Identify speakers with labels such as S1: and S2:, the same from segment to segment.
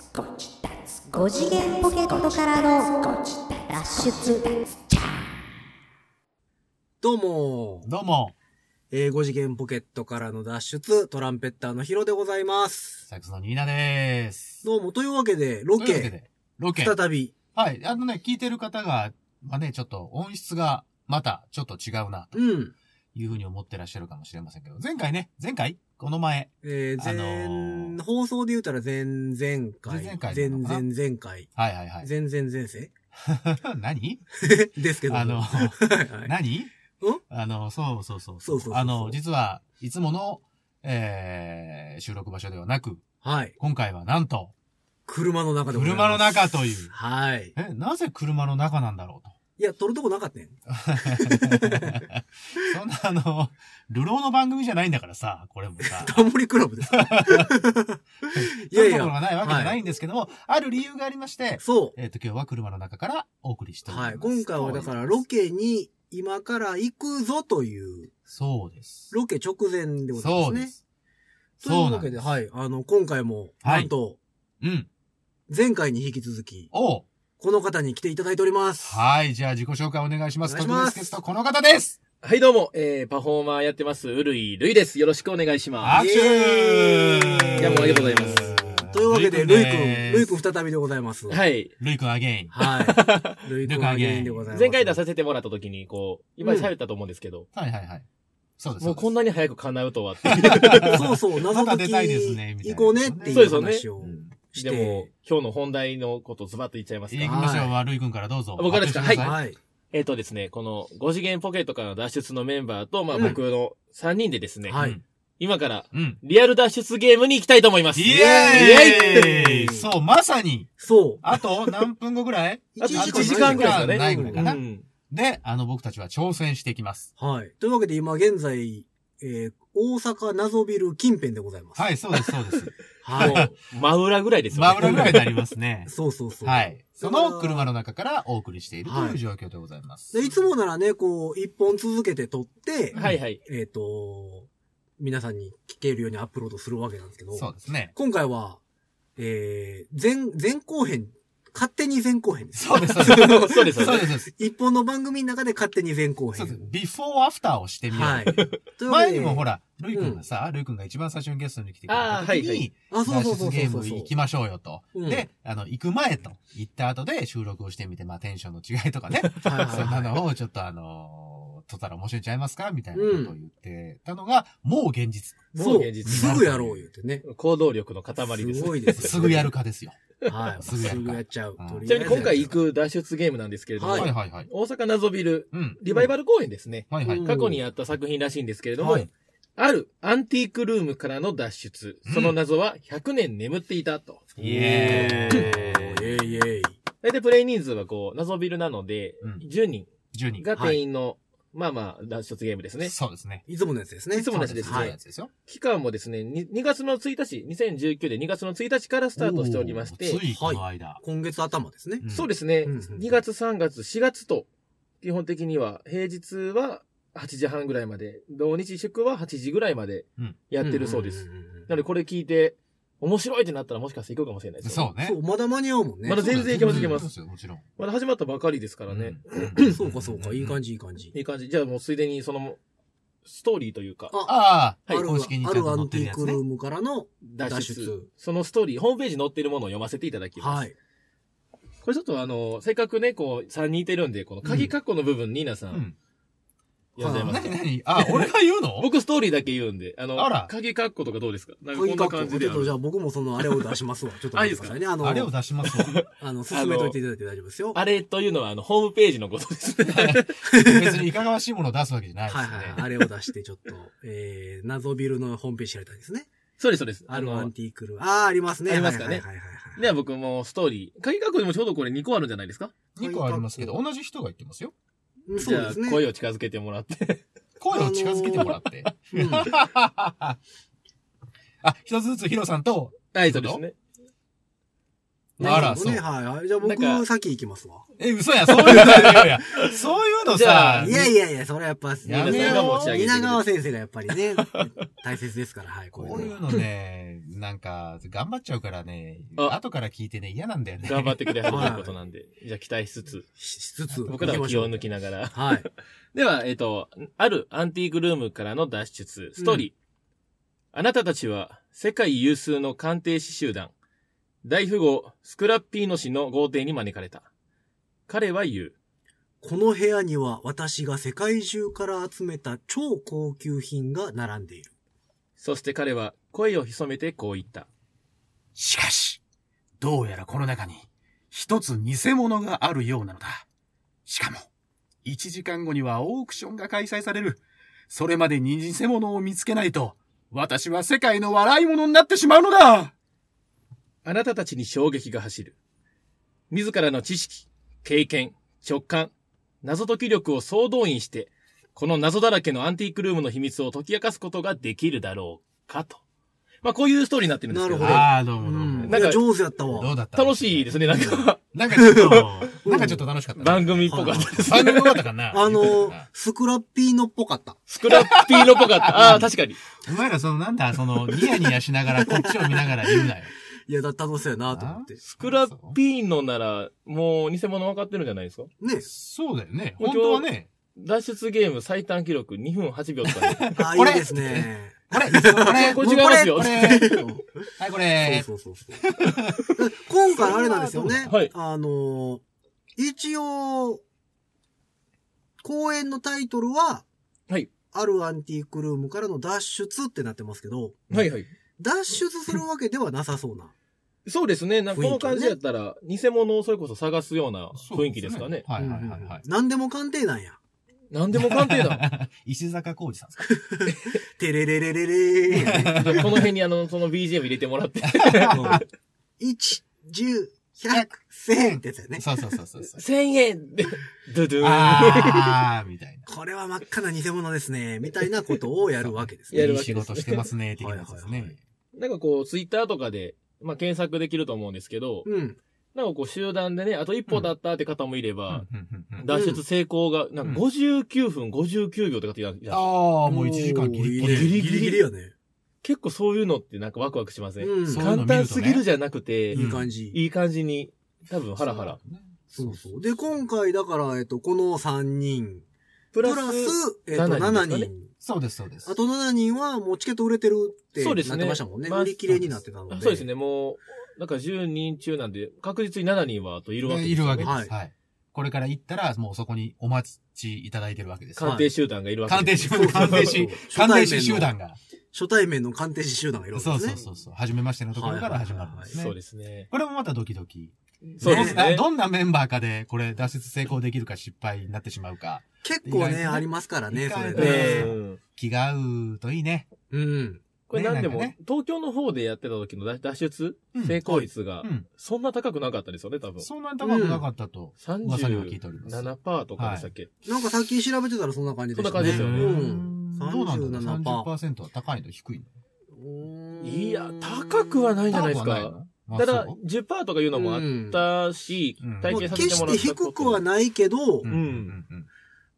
S1: 5次元ポケットからの脱出
S2: どうも、
S3: どうも、
S2: えー、5次元ポケットからの脱出、トランペッターのヒロでございます。
S3: サックスのニーナでーす。
S2: どうも、というわけで、ロ
S3: というわけ
S2: ケ、
S3: で。ロケ。
S2: 再び、
S3: はい。あのね、聞いてる方が、まあね、ちょっと音質がまたちょっと違うな、と
S2: うん、
S3: いうふうに思ってらっしゃるかもしれませんけど、前回ね、前回この前、
S2: えー、前、
S3: あのー
S2: 放送で言うたら前々回、
S3: 前々回
S2: 前
S3: なのかな
S2: 々前回、
S3: はいはいはい。
S2: 前々前世
S3: 何
S2: ですけども。
S3: あの、
S2: はいはい
S3: 何あの、そうそうそう。
S2: そうそうそうそう
S3: あの、実はいつもの、えー、収録場所ではなく、
S2: はい。
S3: 今回はなんと、
S2: 車の中でございます
S3: 車の中という。
S2: はい。
S3: え、なぜ車の中なんだろうと。
S2: いや、撮るとこなかったね。
S3: そんなあの、流浪の番組じゃないんだからさ、これもさ。
S2: タモリクラブです か いやい
S3: 撮るところ
S2: や、
S3: がないわけじゃないんですけども、ある理由がありまして、
S2: そ
S3: えっ、と、今日は車の中からお送りして
S2: う。
S3: おります。
S2: はい。今回はだからロ。ケに今から行くぞという、
S3: そうです。
S2: ロケ直前でございま
S3: そ
S2: す
S3: うで
S2: ね。
S3: す。
S2: という
S3: そうな
S2: わ
S3: ん
S2: け
S3: です
S2: で、はい。あの、今回も、
S3: はい
S2: なんと、
S3: うん。
S2: 前回に引き続き、
S3: おう
S2: この方に来ていただいております。
S3: はい、じゃあ自己紹介お願いします。
S2: お願いし
S3: 特
S2: ます
S3: 別ゲスト、この方です
S4: はい、どうも、えー、パフォーマーやってます、うるいるいです。よろしくお願いしま
S3: 拍
S4: す。
S2: イエーイ
S3: 手
S4: いやもうありがとうございます
S2: というわけで、ルイ君、ルイ君
S3: くんです。
S2: 再びでございます。い。
S4: はい。
S3: ルイ君アゲイン。
S2: はい。ルイ君アゲインでございます。
S4: 前回出させてもらった時に、こう、今喋ったと思うんですけど、
S3: はいはいはい。そうです。
S4: もうこん
S3: な、
S4: なに早く叶うとはって。
S2: そうそう、謎
S3: また
S2: 解
S3: 出
S2: き
S3: たいですねみたい
S2: 行
S3: な
S2: こうねっていう話を
S3: うん
S2: し
S4: で
S2: て。
S4: も、今日の本題のことズバッと言っちゃいます
S3: 行き
S4: か。
S3: ましょう、ルイ君からどうぞ。
S4: 僕からですか
S3: 発表してくださ
S2: はい。
S4: えっ、とですね、この5次元ポケットからの脱出のメンバーと、まあ
S2: うん
S4: 僕の3人でですね、
S2: はい。
S4: 今から
S3: うん。
S4: リアル脱出ゲームに行きたいと思います。
S3: イ
S2: イエ
S3: エ
S2: ー
S3: ー
S2: イ
S3: イそう、まさに、
S2: そう。
S3: あと何分後ぐらい
S4: あと
S3: 1
S4: 1時間ぐらいですかね
S3: ないぐらいかな
S4: う。ん。
S3: で、あの、僕たちは挑戦していきます。
S2: はい。というわけで、今現在、えー、大阪謎ビル近辺でございます。
S3: はい、そうです、そうです。
S2: はい。。
S4: もう、真裏ぐらいですよ
S3: 真
S4: ね。
S3: 裏ぐらいになりますね
S2: そうそうそう。
S3: はい。その車の中からお送りしていると
S2: はい
S3: いう状況でございます。
S2: で、いつもならね、こう、一本続けて撮って、
S4: はい はい。
S2: えっ、と、皆さんに聞けるようにアップロードするわけなんですけど、
S3: そうですね。
S2: 今回は、えー、前、前後編、勝手に前後編です。
S3: そうです、そうです。
S4: そうです、
S3: そ
S4: そううで。
S3: ですす。
S2: 一本の番組の中で勝手に前後
S3: そうです
S2: 編。。
S3: ビフォーアフターをしてみよ
S2: は
S3: う。
S2: い。というわけ
S3: 前
S2: で
S3: にもほら、ルイ君がさ、ルイ君が一番最初にゲストに来てくれ
S4: あ
S3: た
S4: ーはい
S3: 時
S4: は
S3: に
S4: い、
S2: あ、そう
S3: 脱
S2: そうそ
S3: 出
S2: う
S3: ゲ
S2: そう
S3: ー
S2: そう
S3: ム行きましょうよと。
S2: うん
S3: で、あの、行く前と、行った後で収録をしてみて、まあテンションの違いとかね、
S2: はいはい
S3: そん
S2: は
S3: ないのをちょっとあのー、撮ったら面白いんちゃいますかみたいなことを言ってたのが、もう現実。
S4: もう
S2: そう、
S4: 現実
S2: すぐやろう言って ね。
S4: 行動力の塊です。
S2: すごいです。
S3: すぐやるかですよ。
S2: はい。す
S3: すぐ
S2: ぐ
S3: やる
S2: やっちゃう
S3: うん。
S2: とりあえず
S4: ちなみに今回行く脱出ゲームなんですけれども、
S2: は
S3: はいいはいはい。
S4: 大阪謎ビル
S3: うん。
S4: リバイバル公演ですね。
S3: はいは
S2: うん
S3: い。
S4: 過去にあった作品らしいんですけれども、
S3: はい
S4: あるアンティークルームからの脱出
S3: う。ん
S4: その謎は100年眠っていたと。
S3: イエー
S2: イ
S3: イ。
S2: ェイイェイ。
S4: 大体プレイ人数はこう、謎ビルなので、
S3: うん
S4: 10人
S3: 10人。
S4: が定員の、まあまあ、脱出ゲームですね。
S3: そうですね。
S2: いつものやつですね。
S4: いつものやつです
S3: そう
S2: は
S3: いう
S2: い
S3: や。つですよ。
S4: 期間もですね、に 2, 月の1日、2019年2月の1日からスタートしておりまし
S3: おー
S4: て
S3: つ、いこの間。
S2: 今月頭ですね。
S4: そう
S3: で
S4: ですね、
S2: うん
S4: 2月、3月、4月と、基本的には、平日は8時半ぐらいまで、土日祝は8時ぐらいまで
S3: うん
S4: やってるそうです。
S2: んうんうんうん。
S4: なので、これ聞いて、面白いってなったらもしかして行くかもしれないですよ。
S3: そうね
S2: そ。う、まだ間に合うもんね。
S4: まだ全然いけますいけます
S3: そうですよ、もちろん。
S4: まだ始まったばかりですからね。
S3: うん
S2: そうかそうか、いい感。じ、いい感じ
S4: い。い感じ。じゃあもうついでに、その、ストーリーというか、
S2: あ
S3: ああ、
S2: あ
S3: はい、
S2: る
S3: 公式にち
S2: あ
S3: ゃん
S2: る
S3: と
S2: ア
S3: 載っ
S2: ンテ
S3: てる
S2: ィー
S3: や
S2: ク
S3: つ
S2: ル
S3: ね
S2: ー。ムからの、脱
S4: 脱出
S2: 出
S4: そのストーリー、ホームページに載ってるものを読ませていただきます。
S2: はい。
S4: これちょっとあの、せっかくね、こう、3人いてるんで、この鍵括弧の部分、ニーナさ、
S3: うんん。
S4: 読んじゃいます
S3: 何何あ、俺が言うの
S4: 僕ストーリーだけ言うんで、あの、
S3: あら
S4: 鍵括弧とかどうですかなんかこ
S2: 鍵
S4: ん
S2: か
S4: な
S2: っこ
S4: 感じ
S2: ち
S4: で
S2: ょっとじゃあ僕もそのあれを出しますわ。ちょっと
S4: あ
S2: 待
S4: い
S2: っ
S4: い
S2: て
S4: で
S2: くだ
S4: すか
S2: さいね。あの、
S3: あれを出しますわ。
S2: あの、進めといていただいて大丈夫ですよ。
S4: あれというのは、あの、ホームページのことですね。
S3: 別にいかがわしいものを出すわけじゃないです
S2: はい
S3: よ
S2: はい
S3: ね。
S2: はい。あれを出して、ちょっと、えー、謎ビルのホームページ開いたんですね。
S4: そうです、そうです。
S2: あ
S4: あ
S2: るア
S4: の
S2: ン、ティークルーム。ああ、ありますね。
S4: ありますかね
S2: はいはいはいはい。
S4: では僕もストーリー。鍵括弧でもちょうどこれ2個あるんじゃないですか
S3: 2個ありますけど、同じ人が言ってます
S2: う
S3: よ。
S2: んそうです
S4: じゃ
S2: ね。
S4: あ声を近づけてもらって。
S3: 声を近づけてもら って。
S2: うん
S3: あ、一つずつヒロさんと、
S4: はい、そうですね。
S3: あら
S2: なるほどね
S3: そう
S2: はいはい。じゃあ
S4: なんか
S2: 僕、先行きますわ。
S3: え、嘘や、そういうの、いやいや、そういうの
S4: じゃ
S3: さ
S4: あ、
S2: いやいやいや、それはやっぱ、
S3: や
S4: めろ
S2: 稲川先生がやっぱり ね、大切ですから、はい、こ
S3: こ
S2: ういうう
S3: い
S2: のは
S3: うのね、なんか、頑張っちゃうからね、
S4: あ
S3: 後から聞いてね、嫌なんだよね。
S4: 頑張ってくれはるということなんで。じゃあ期待しつつ、
S2: ししつつ。
S4: 僕らは気を抜き
S2: な
S4: ながら。
S2: はい。
S4: では、えっ、と、あるアンティークルームからの脱出、ストーリー。あなたたちは、世界有数の鑑定士集団、大富豪、スクラッピーノ氏の豪邸に招かれた。彼は言う。
S2: この部屋には私が世界中から集めた超高級品が並んでいる。
S4: そして彼は、声を潜めてこう言った。
S3: しかし、どうやらこの中に、一つ偽物があるようなのだ。しかも、1時間後にはオークションが開催される。それまでに偽物を見つけないと、私は世界の笑い者になってしまうのだ
S4: あなたたちに衝撃が走る。自らの知識、経験、直感、謎解き力を総動員して、この謎だらけのアンティークルームの秘密を解き明かすことができるだろうかと。まあ、こういうストーリーになってるんですけど。
S2: なるほど
S3: あ、どう
S2: う
S3: も
S2: ん。
S4: なんか
S2: いや上手やった
S3: ど
S2: わ
S3: う。だった
S4: 楽しいですね、なんか。
S3: なんかちょっ と、なんかちょっと楽しかったね。
S4: 番組っぽかったです
S3: 番組
S4: ね。
S3: っぽかったか な
S2: あの、スクラッピーのっぽかった。
S4: スクラッピーのっぽかった。 ああー、確かに。
S3: お前らその、なんだ、その、ニヤニヤしながらこっちを見ながら言うなよ。
S2: いや、だ楽しそうやなと思って。
S4: スクラッピーノなら、もう偽物分かってるんじゃないですか
S2: ね。
S3: そうだよね。
S4: もう
S3: 本
S4: 今日
S3: 当はね。
S4: 脱出ゲーム最短記録2分8秒とかで。
S2: あ、い
S3: こ
S2: い
S3: れ
S2: ですね。
S3: これ、これ、
S4: これ違いますよ。
S3: こ
S4: は
S3: れ、 はい、これ。
S2: そうそうそうそう。 今回あれなんですよね。
S4: はい
S2: あのー一応、公演のタイトルは、
S4: い。
S2: あるアンティークルームからの脱出ってなってますけど、
S4: はいはい。
S2: 脱出するわけではなさそうな。
S4: そうですね。なんかこの感じやったら、偽物をそれこそ探すような雰囲気ですかね。
S3: はいはいは
S2: うん
S3: い
S2: うんう
S3: は
S2: ん
S3: い。
S2: 何でも鑑定なんや。
S4: 何でも 鑑定だ。
S3: 石坂浩二さんですか
S2: てれれれれれ ー。
S4: この辺にあの、その BGM 入れてもらって。
S2: 1、10、100、1000ってやつやね。
S3: そうそうそうそうそう。
S4: 1000円で、ドゥドゥーン。
S3: あー、みたいな。
S2: これは真っ赤な偽物ですね。みたいなことをやるわけです
S4: や
S2: ね。
S4: る
S3: いい
S4: わけ
S3: 仕
S4: ですね
S3: 事してますね、的なやつです
S2: はいは
S3: ね
S2: い。
S4: なんかこう、ツイッターとかで、まあ検索できると思うんですけど、
S2: うん。
S4: なんかこう集団でね、あと一歩だったって方もいれば、
S3: うんうんうんうん
S4: 脱出成功が、なんか
S3: うん
S4: 59分、59秒とかって言うじゃん。
S3: あー、もう1時間ギリギ
S2: いいね
S3: リ。
S4: ギリギリ
S2: ギリギリやね。
S4: 結構そういうのってなんかワクワクしません、
S2: うん。
S3: そういうの
S4: 簡
S3: 見るとね
S4: 単すぎるじゃなくて、
S2: いい感じ。
S4: いい感じに、多分ハラハラ。。
S2: そうそう。で、今回、だから、えっと、この3人、プ
S4: プ
S2: ラス、えっと、7
S4: 7人ですかね
S2: 人。
S3: そうです、そうです
S2: あ。と7人は、もうチケット売れてるって
S4: そ
S2: な
S4: う
S2: っ
S4: ですね
S2: てましたもんね。
S4: まあ
S2: 売り切れになってたので。
S4: そうですね、もう、なんか10人中なんで、確実に7人はあといるわけです
S3: い
S4: よ
S3: る
S4: ね
S3: わけです。
S2: はい
S3: はい。これから行ったら、もうそこにお待ちいただいてるわけです。
S4: 鑑定集団がいるわけ
S3: 鑑定
S4: です。
S3: 士、
S2: そうそう そう
S3: 鑑定士、鑑定士集団が。
S2: 初対面の鑑定士集団がいるわけ
S3: そ
S2: で
S3: う
S2: すね。
S3: そうそうそう。初めましてのところから始まるんですね。
S4: そうですね。
S3: これもまたドキドキ。
S4: そうですね。
S3: どんなメンバーかで、これ脱出成功できるか失敗になってしまうか。
S2: 結構
S3: 意外
S2: ね、
S3: とね
S2: ありますからね、
S3: 意
S2: それ
S3: 外と
S4: う
S3: ね
S2: ね。
S4: ん。
S3: 気が合うといいね。
S2: うん。
S4: これなんでも、
S3: ねなんか
S4: 東京の方でやってた時の脱脱出
S3: うん
S4: 成功率が
S3: う、ん。
S4: そんな高くなかったですよね、多分。
S3: そんなに高くなかったと。噂には聞いております
S4: 37%とかでしたっけ、
S2: なんかさっき調べてたらそんな感じでした
S4: そんな感じ
S2: ね。
S4: ですよね
S2: うん。
S3: どうなんだろう
S2: 37%。
S3: 30%は高いの低いの
S2: うーん
S4: い、や、高くはないんじゃないです
S3: 高くは
S4: か。
S3: ないの
S4: ただ
S3: あそう、
S4: 10%とかいうのもあったし、
S3: うん
S4: 体
S2: もう
S4: 験させ
S2: 決
S4: ても
S2: し
S4: らってたこと
S2: 低くはないけど
S3: う、んうんうん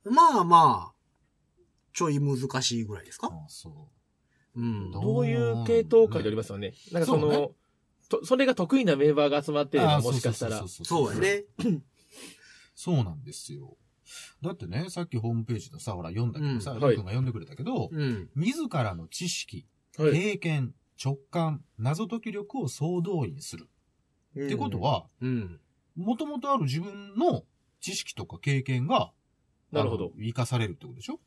S3: うん。
S2: まあまあ、ちょい難しいぐらいですか
S3: あそう
S2: うん。
S3: ど
S4: どういう系統かによりますよね。なんかその、
S3: そう
S4: とそれが得意なメンバーが集まってれば、もしかしたら。
S2: そうや。ね。
S3: そうなんですよ。だってね、さっきホームページのさ、ほら読んだけどさ、
S4: うん
S3: りょうくんが読んでくれたけど、
S2: うん。
S3: 自らの知識、
S4: はい
S3: 経験、直感、謎解き力を総動員する。ってこと、は、
S2: うん。
S3: もともとある自分の知識とか経験が、
S4: うんなるほど
S3: あの。生かされるってことでしょ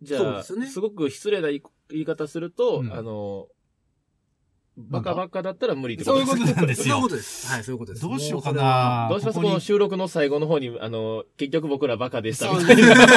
S4: じ
S2: そう
S4: ゃあ
S2: です
S4: す,、
S2: ね
S4: ごく失礼な言い言い方すると、
S3: うん
S4: あの、バカバカだったら無理ってこ
S3: そうい
S4: と
S3: う
S4: です
S3: ことなんで
S2: そう
S3: す
S2: いう
S3: よ
S2: こ。とです。はい、そういうことです。
S3: どうしようか
S2: も
S3: な
S4: どうしますこ
S3: ここに
S4: の収録の最後の方に、あの、結局僕らバカでした
S3: そう
S4: み
S3: だ
S4: たい
S3: か
S4: な。
S3: らだ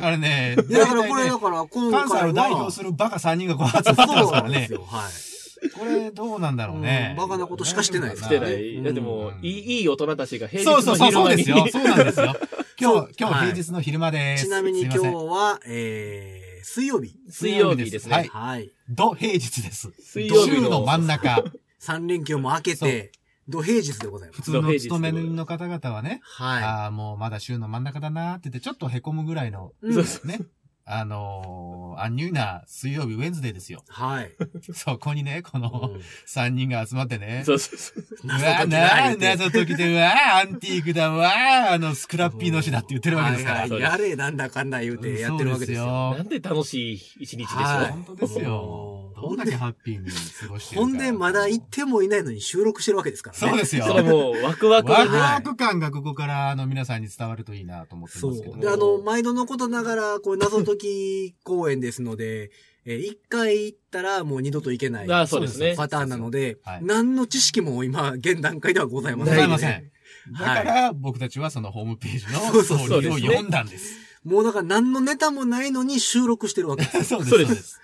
S3: から ね、
S2: うそれは。いや、だからこれ、
S3: 大体
S2: だ
S3: ね
S2: から今回は。
S3: 関西を代表するバカ3人がこう集まってます
S2: そう
S3: か
S2: な
S3: ら
S2: んで
S3: ね
S2: す。よ。はい。
S3: これどうなんだろうね。
S2: うんバカなことしかしてないです
S4: し
S3: 大
S4: て
S3: 丈夫
S4: な
S3: か
S4: い。
S2: うん
S4: だってもう、いい、いい大人たちが平
S3: そ
S4: 日
S3: うそ
S4: の
S3: うそう、
S4: 昼
S3: そう
S4: 間
S3: で
S4: に
S3: すよ。そうなんです よ。
S2: そ
S3: 今
S2: う
S3: 日、今
S2: はい
S3: 日平日の昼間です。
S2: ちなみに今
S3: す
S2: 日
S3: いません
S2: は、えー、水曜日。
S4: 水曜日ですね
S3: はい。
S2: はい。
S3: 土平日です。
S4: 水曜日
S3: 週
S4: の
S3: の真ん中。
S2: 3連休も明けて、土平日でございま
S3: 普
S2: す。
S3: 通の勤め人の方々はね、
S2: は
S3: ああ、もうまだ週の真ん中だなーって言って、ちょっと凹むぐらいの、
S2: い。うん
S4: そうそ
S3: ね、あのー、アンニュイな水曜日、ウェンズデーですよ。
S2: はい。
S3: そこにね、この
S2: うん
S3: 3人が集まってね。
S4: そうそうそう。
S3: う
S2: 謎解
S3: わ、
S2: き
S3: な
S2: ない
S3: あ、
S2: んで
S3: 謎解きで、うわあ、アンティークだ、うわあ、あの、スクラッピーの詩だって言ってるわけですから。
S2: はいはいやれ、なんだかんだ言うてやってるわけですよ。
S3: そう
S4: なんて楽しい一日でしょう。
S2: はい
S3: 本当ですよ。どんだけハッピーに過ごしてる
S2: ほ
S3: か。
S2: んで、まだ行ってもいないのに収録してるわけですからね。
S3: そうですよ。
S4: それはもう、ワクワク
S3: ワ
S4: が
S3: ク
S4: ね。
S3: ワク感がここから、あの、皆さんに伝わるといいなと思って
S2: そ
S3: ますけど。
S2: う。で、あの、毎度のことながら、こう、謎解き公演ですので、えー、一回行ったらもう二度と行けない
S4: あ
S2: パ
S4: そうですね。
S2: ターンなので
S3: はい、
S2: 何の知識も今、現段階ではございま
S3: ご
S2: せん。
S3: ざいませ
S2: はい
S3: ん。だから、僕たちはそのホームページの
S2: そうそう
S3: ス
S4: そ
S3: トー
S4: う
S3: リ
S4: です
S3: ー
S4: ね
S3: を読んだんです。
S2: もうだから何のネタもないのに収録してるわけ です。
S3: そう
S4: そうです。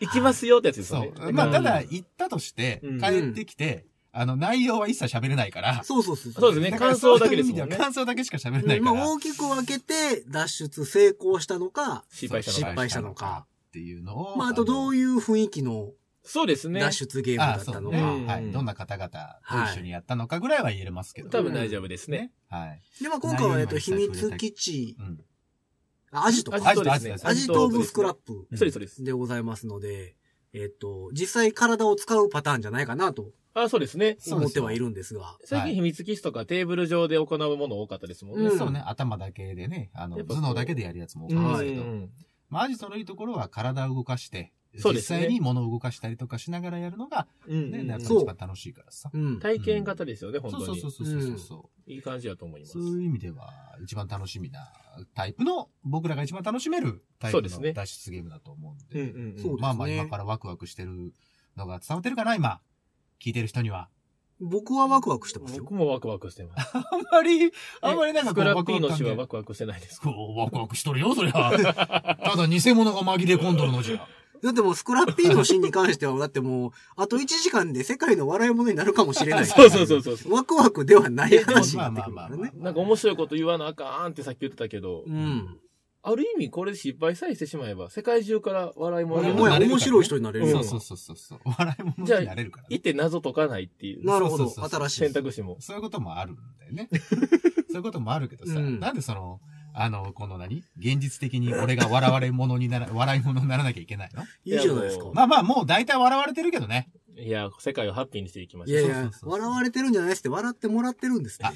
S4: 行きますよってやつですよ
S3: そ
S4: ね。
S3: う。まあ、ただ、行ったとして
S4: うん、
S3: 帰ってきて、あの、内容は一切喋れないから。
S2: そうそうそう。
S4: そうですね
S3: だから
S4: 感想だけですもんね
S3: そういう意味は感想だけしか喋れな
S2: う
S3: い
S2: ん
S3: か
S2: ま
S3: ら
S2: あ、。大きく分けて、脱出成功したのか、
S4: 失敗した
S2: 失
S4: のか。
S2: 敗したのか
S3: っていうのを。
S2: まあ、あとどうい
S3: いう
S2: う雰囲気の
S4: そうですね。
S2: 脱出ゲームだったの
S3: ああ
S2: か
S3: そう。ねはい
S4: うん
S3: どんな方々と一緒にやったのかぐらいは言えますけど。
S4: 多分大丈夫ですね。
S3: はい。
S2: で、まあ、今回は、えっと、秘
S3: 内容にも一切触れ
S2: 密基
S3: た
S2: 地、
S3: うん。
S2: あアジトか
S4: ア。ジトですね
S3: アジ。ト
S2: アジトオブスクラップ
S3: うん
S4: そうです、そうです。
S2: でございますので、えっと、実際体を使うパターンじゃないかなと
S4: あ、そうですね。
S2: 思ってはいるんですが。
S4: 最近秘密基地とかテーブル上で行うもの多かったですもんね。
S2: うん
S3: そうね、頭だけでね、あの、
S4: やっぱこ
S3: 頭
S4: う
S3: 脳だけでやるやつも多か
S4: う
S3: っ
S4: ん
S3: た
S2: は
S3: ですけど、まあ、アジトのいいところは体を動かして、
S4: そう
S3: 実
S4: ですね
S3: 際に物を動かしたりとかしながらやるのが、
S4: うん
S3: ね、やっぱ
S2: そう
S3: 一番楽しいからさ。
S2: うん。
S4: 体験型ですよね、本
S3: そう
S4: 当
S3: そう
S4: に
S3: そう。そうそうそ。
S4: いい感じだと思いうます
S3: そ。ういう意味では、一番楽しみなタイプの、僕らが一番楽しめるタイプ
S4: そうです
S3: の
S4: ね
S3: 脱出ゲームだと思うん
S4: うん
S3: で。
S4: うんうん
S2: そう
S3: まあまあ
S2: ですね
S3: 今からワクワクしてるのが伝わってるかな、今。聞いてる人には。
S2: 僕はワクワクしてますよ
S4: 僕。もワクワクしてます。
S3: あんまり、 あんまりなんか
S4: スクラッピーの詩
S3: 感
S4: は
S3: が
S4: ワクワクしてないです。
S3: こう、ワクワクしとるよ、そりゃ。ただ、偽物が紛れ込んどるのじゃ。
S2: だってもうスクラッピーのシーンに関しては、だってもう、あと1時間で世界の笑い物になるかもしれない。
S4: そうそうそうそう。
S2: ワクワクではない話に
S3: ま
S2: なっ
S3: あ
S2: て
S3: ま
S2: く
S3: あ
S2: る
S3: ま
S2: か
S3: あ
S2: ら
S3: ま
S2: ね
S3: あ。。
S4: なんか面白いこと言わなあかんってさっき言ってたけど、
S2: うん。
S4: ある意味これ失敗さえしてしまえば、世界中から笑いも
S3: うん
S2: お
S3: も
S2: 前
S3: や
S2: 面白い人になれる
S4: うん
S2: よ
S3: そう。そうそうそうそう。笑いも
S4: じゃあ
S3: になれるからね
S4: い。て謎解かないっていう
S2: なるほど
S3: そうそうそう。
S2: 新しい。
S4: 選択肢も。
S3: そういうこともあるんだよね。そういうこともあるけどさ、
S2: うん
S3: なんでその、あの、この何現実的に俺が笑われ者になら、笑い者にならなきゃいけないの
S2: いいじゃないですか。
S3: まあまあ、もう大体笑われてるけどね。
S4: いや、世界をハッピーにしていきま
S2: い
S4: しょ
S2: や
S4: う。
S2: い
S3: そうそ
S2: や
S3: う、そう
S2: 笑われてるんじゃないですって、笑ってもらってるんですって
S3: あ。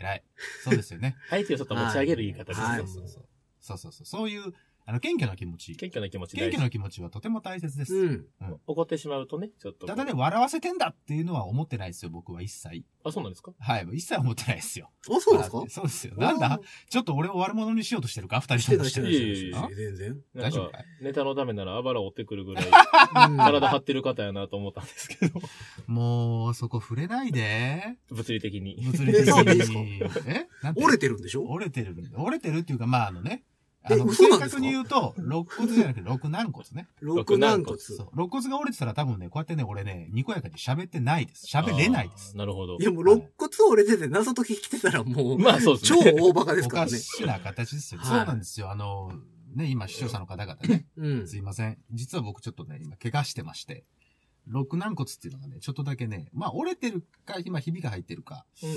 S3: 偉い。そうですよね。
S4: 相手をちょっと持ち上げる言い方ですね。
S2: はい
S3: そうそうそう。そうそうそう。そういう、あの、謙虚な気持ち。
S4: 謙虚な気持ち
S3: 謙
S4: 大
S3: 虚
S4: 事。
S3: な気持ちはとても大切です。
S2: うん。
S4: 怒ってしまうとね、ちょっと。
S3: ただね、笑わせてんだっていうのは思ってないですよ、僕は一切。
S4: あ、そうなんですか
S3: はい、一切思ってないですよ。
S2: あ、そうですか
S3: はいそうですよ。なんだちょっと俺を悪者にしようとしてるか二人ともして
S4: い
S3: る
S4: やいやいや
S3: あ
S2: 全然。
S4: なん
S3: 大丈夫
S4: か
S3: かい、
S4: ネタのためならあばらを追ってくるぐらい、
S2: うん
S4: 体張ってる方やなと思ったんですけど、
S3: もう、そこ触れな いで。
S4: 物理的に。
S3: 物理的
S2: そうなんです
S3: に。えなんて
S2: 折れてるんでしょ
S3: 折れてる。折れてるっていうか、まあ、あのね。
S2: え
S3: あの、
S2: 嘘
S3: 正
S2: なんですか
S3: 確に言うと、肋骨じゃなくて、肋軟骨ね。
S2: 六軟骨。
S3: そう。肋骨が折れてたら多分ね、こうやってね、俺ね、にこやかに喋ってないです。喋れないです
S4: あー。なるほど
S2: い。やもう肋骨折れてて謎解き来てたらもう、
S4: まあそうです
S2: 超
S4: ね。
S2: 大バカです
S3: お
S2: から
S3: か
S2: ね。
S3: しな形ですよ。
S2: はい
S3: そうなんですよ。あの、ね、今、視聴者の方々ね。
S2: うん。
S3: すいません。実は僕ちょっとね、今、怪我してまして。肋軟骨っていうのがね、ちょっとだけね、まあ折れてるか、今ひびが入ってるか
S4: うん
S3: っ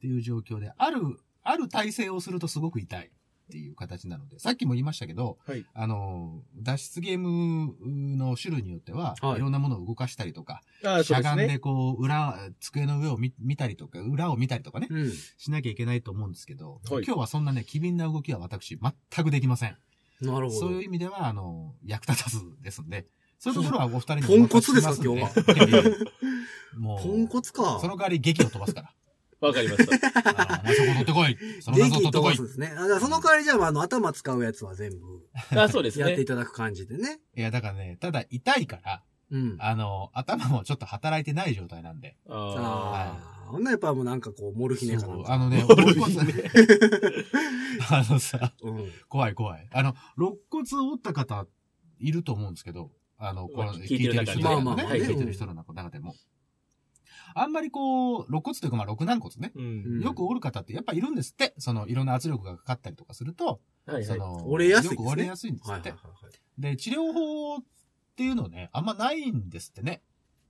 S3: ていう状況で、ある、ある体勢をするとすごく痛いっていう形なので、さっきも言いましたけど、
S4: はい
S3: あの、脱出ゲームの種類によっては、
S2: はい
S3: い、ろんなものを動かしたりとか、
S4: あー
S3: し
S4: そう
S3: ゃ
S4: です
S3: がん
S4: ね。
S3: でこう、裏、机の上を見見たりとか、裏を見たりとかね、
S2: うん。
S3: しなきゃいけないと思うんですけど、
S4: はい
S3: 今日はそんなね、機敏な動きは私、全くできません。
S2: なるほ
S3: そう
S2: ど
S3: いう。意味では、あの、役立たずですんで、そういうところはお二人に
S2: ポンコツですか
S3: お任せし ますんでもう、
S2: ポンコツか
S3: そ。の代わり劇を飛ばすから。
S4: わかりました。
S3: あのお前そこ取って こいその
S2: 電
S3: 謎を
S2: 気
S3: 取って
S2: 飛
S3: こ
S2: ば
S3: い
S2: すんですね。あだからその代わりじゃあ、あの、頭使うやつは全部
S4: あそうで す
S2: やって
S4: ね
S2: い。ただく感じでね。
S3: いや、だからね、ただ痛いから、
S2: うん。あ
S3: あの、頭もちょっと働いてない状態なんで。
S4: あ
S2: あー。ほんならやっぱもうなんかこう、モルヒネかなん
S3: そう
S2: か。
S3: あのね、
S4: モル
S3: 肋
S4: ヒ
S3: 骨 あのさ、
S2: うん。
S3: 怖い怖い。あの、肋骨折った方、いると思うんですけど、あの、こ
S4: まあ
S3: の
S4: 聞いてる中
S3: 人
S4: で
S3: だよね、
S2: まあまあはい
S3: 聞いてる人の中でも。あんまりこう、肋骨というか、まあ、肋軟骨ね。
S4: ー。う
S2: うん
S4: ん。
S3: よく折る方ってやっぱいるんですって。その、いろんな圧力がかかったりとかすると、
S4: はいは
S3: そ
S4: い。
S3: の、
S2: 折れやすいんです
S3: よ
S2: ね
S3: く折れやすいんです
S2: はい
S3: っ
S2: はい
S3: て。
S2: はいはい。
S3: で、治療法っていうのね、あんまないんですってね。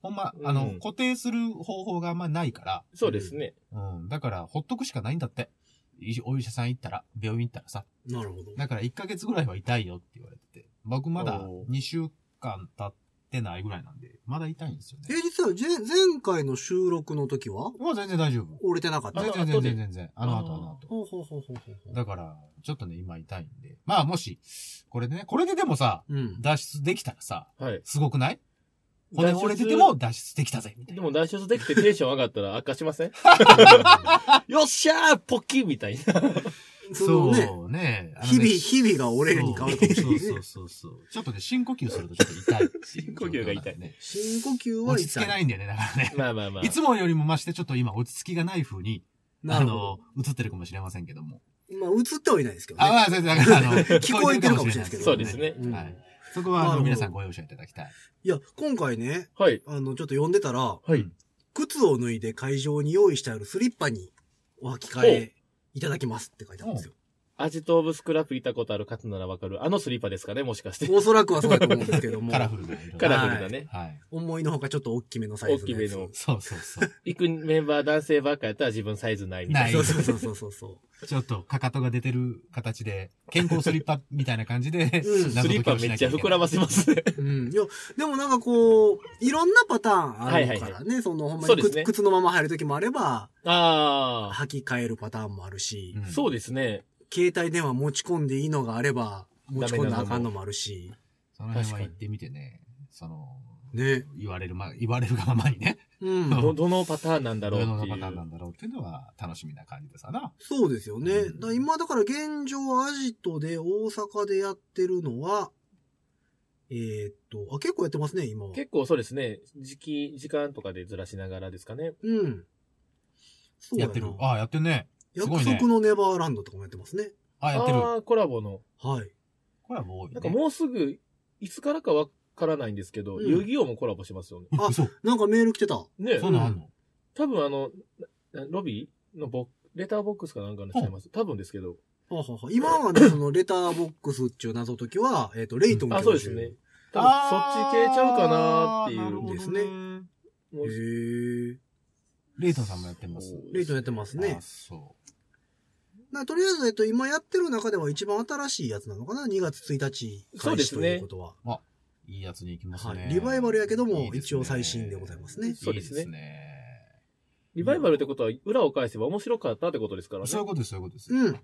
S3: ほんま、あの、
S4: うん
S3: 固定する方法があんまないから。
S4: そうですね。
S3: うん。だから、ほっとくしかないんだって。いお医者さん行ったら、病院行ったらさ。
S2: なるほど。
S3: だから1ヶ月ぐらいは痛いよって言われてて。僕まだ
S4: おー
S3: 2週間経ってないぐらいなんで、まだ痛いんですよ
S2: え
S3: ね。、
S2: 実は前前回の収録の時は
S3: まあ全然大丈夫。
S2: 折れてなかった
S4: あ。
S3: 全然
S4: 後
S3: 全
S4: で
S3: 然全然。あの後あの後。
S2: ほうほうほうほうほうほう。
S3: だから、ちょっとね、今痛いんで。まあもし、これでね、これででもさ、
S2: うん。
S3: 脱出できたらさ、
S4: はい。
S3: すごくない骨折れてても脱出できたぜ、みたい
S4: で
S3: な。
S4: も脱出できてテンション上がったら悪化しませんよっしゃーポッキーみたいな。
S2: そのね、
S3: うね。あの
S2: 日
S3: ね
S2: 々、日々が折れるに変わるかもしれない、ね。
S3: そうそうそうそうそう。ちょっとね、深呼吸するとちょっと痛い。
S4: 深呼吸が痛い
S3: ね。
S2: 深呼吸は
S3: 落ち着
S2: 痛。
S3: けないいんだよね、だからね。
S4: まあまあまあ。
S3: いつもよりもまして、ちょっと今落ち着きがない風に、
S2: な
S3: あ
S2: るほど
S3: の、映ってるかもしれませんけども。
S2: まあ、映ってはいないですけど
S3: あ、
S2: ね。
S3: まあ、先生、だから、あ の、
S2: 聞こえてるかもしれないですけど。
S4: そうですね
S2: うん
S3: はい。そこは、あ
S2: なる
S3: の、
S2: ほど
S3: 皆さんご容赦いただきたい。
S2: いや、今回ね、
S4: はい。
S2: あの、ちょっと呼んでたら、
S4: はい。
S2: 靴を脱いで会場に用意してあるスリッパにお履き替えいただきますって書いてあるんですよ。
S4: アジトーブスクラップいたことある方ならわかる。あのスリッパですかねもしかして。
S2: おそらくはそうだと思うんですけ ども
S3: カ、ラフルな色。
S4: カラフルだね。
S3: はい。
S2: 思いのほかちょっと大きめのサイズのやつ。
S4: 大きめの
S3: そうそうそう。
S4: 行くメンバー男性ばっかやったら自分サイズないみたい
S3: な
S4: な。
S3: い
S2: そうそうそうそうそう そ
S3: ちょっと、かかとが出てる形で、健康スリッパみたいな感じで、
S2: うん
S4: スリッパめっちゃ膨らませますね。
S2: う。うん。いや、でもなんかこう、いろんなパターンある
S4: はい
S2: か
S4: は
S2: らね、その、ほんま
S4: そう
S2: に
S4: で
S2: 靴,、
S4: すね
S2: のまま入るときもあれば、
S4: あ
S2: 履き替えるパターンもあるし、
S3: うん
S4: そうですね。
S2: 携帯電話持ち込んでいいのがあれば、持ち込んだらあかんのもあるし、
S3: その辺は行ってみてね、その、
S2: ね。
S3: 言われるま、言われるがままにね、
S2: うん。
S4: ど、どのパターンなんだ
S3: ど
S4: ろう
S3: の
S4: っ
S3: パ
S4: てい
S3: ターンな
S4: う。
S3: んだろうっていうのは楽しみな感じでさな。
S2: そうですよね。
S3: う
S2: だ
S3: ん
S2: から今だから現状アジトで大阪でやってるのは、えーっと、あ、結構やってますね、今は。
S4: 結構そうですね。時期、時間とかでずらしながらですかね。
S2: うん。そう
S3: や
S2: や
S3: っ
S2: な
S3: てる。ああ、やってるね。すご
S2: 約
S3: いね
S2: 束のネバーランドとかもやってますね。
S3: ああ、やってる。
S4: ああ、コラボの。
S2: はい。
S3: これはもう多い、ね。
S4: なんかもうすぐ、いつからかわからないんですけど、
S2: うん
S4: 遊戯王もコラボしますよね。
S2: あ
S3: あ、そう。
S2: なんかメール来てた。
S4: ね
S3: そんなんあんの
S4: 多分あの、なロビーのボレターボックスかなんかにしてます。多分ですけど。
S2: ははは今は ね、そのレターボックスっていう謎解きは、えーっと、レイトン
S4: あ、そうですね。多分そっち系ちゃうかなっていう。
S2: ほどですね
S3: ね。
S2: へ
S4: もう
S2: ー。
S3: レイトンさんもやってます。
S2: レイトンやってますね
S3: あ、。そう。
S2: なとりあえず、えっと、今やってる中では一番新しいやつなのかな ?2 月1日開始ということは。
S3: いいやつに行きますね。
S2: はいリバイバルやけども
S3: いいですね
S2: 一応最新でございますね
S4: そうですね
S3: いいね
S4: リバイバルってことは、裏を返せば面白かったってことですからね
S3: そう。いうことです、そういうことです。
S2: うん。そう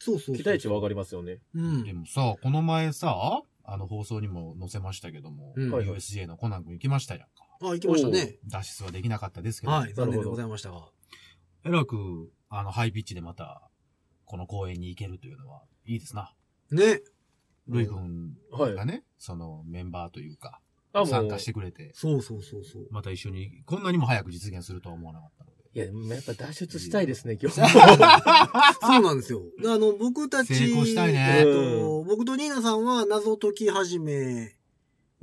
S2: そうそう
S4: 期待値は上がりますよね。
S2: う
S3: で
S2: ん。
S3: もさ、この前さ、あの放送にも載せましたけども、
S2: うん
S3: USJ のコナン君行きましたやんか。
S2: あ、行きましたね。
S3: 脱出はできなかったですけど、
S2: はい。
S4: なるほど
S2: 残念でございましたが。
S3: えらく、あの、ハイピッチでまた、この公園に行けるというのは、いいですな。
S2: ね。
S3: ルイ君
S4: はい。
S3: がね、そのメンバーというか、
S4: あ、も
S3: 参
S4: う
S3: 加し。てくれて、
S2: そうそうそうそう。
S3: また一緒に、こんなにも早く実現するとは思わなかったの
S4: いや、でもやっぱ脱出したいですね、今日。
S2: そうなんですよ。であの、僕たち、
S3: 成功したいね
S2: えっと、僕とニーナさんは謎解き始め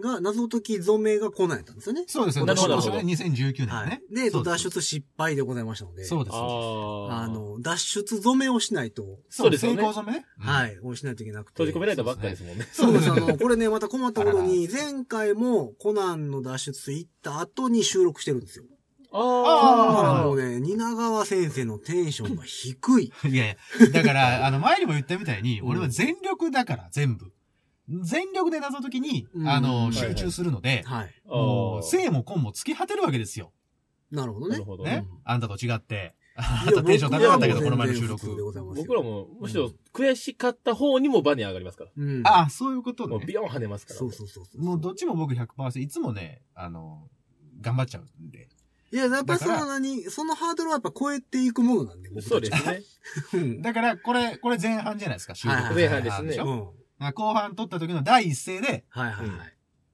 S2: が、謎解き染めがコナンやったんですよね。
S3: そうですよ
S4: な
S3: ね。
S4: るほど
S3: そうですよね2019年の
S2: は
S3: ね
S2: い。。で、えっ
S3: そ
S2: と、
S3: うで
S2: 脱
S3: す
S2: 出失敗でございましたので、
S3: そうです。そう
S4: あ
S2: あ
S4: あの、
S2: の、脱出染めをしないと、
S3: です
S4: そうですよね
S3: 成功染めね。うん
S2: はい、をしないといけなくて。
S4: 閉じ込められたばっかりですもんね。
S2: そうです。あの、これね、また困ったことに、前回もコナンの脱出行った後に収録してるんですよ。だ
S3: あー
S2: からもうね、蜷川先生のテンションが低い。
S3: いやいや、だ から、あの、前にも言ったみたいに、
S2: うん
S3: 俺は全力だから、全部。全力で謎解きに
S2: う、ん
S3: あ
S2: は
S3: の、
S2: いはい
S3: 集中するので、
S2: はい。
S4: あー
S3: もう、生も根も尽き果てるわけですよ。
S2: なるほど
S4: な
S2: ね
S4: る。ほど。
S3: ね
S2: うん。
S3: あんたと違って。あんたテンション高かったけど、この前の収
S2: 僕らも全然普通
S3: 録。
S2: でございますよ
S4: 僕らも、むしろ悔しかった方にもバネ上がりますから。
S2: うん。
S3: ああ、そういうこと
S4: もう
S3: ね
S4: ビ。ヨン跳ねますから。
S2: そうそうそうそう。
S3: もうどっちも僕100%、いつもね、あの、頑張っちゃうんで。
S2: いや、やっぱりそ
S3: だから
S2: の何、そのハードルはやっぱ超えていくものなんで、僕
S4: そう
S2: た
S4: で
S2: ち
S4: すね。
S2: うん
S3: だから、これ、これ前半じゃないですか、収録
S2: はいはい
S4: 前半ですね
S3: でし
S2: う
S3: ょ
S2: ん。
S3: あ後半撮った時の第一声で、
S2: はいはいはい。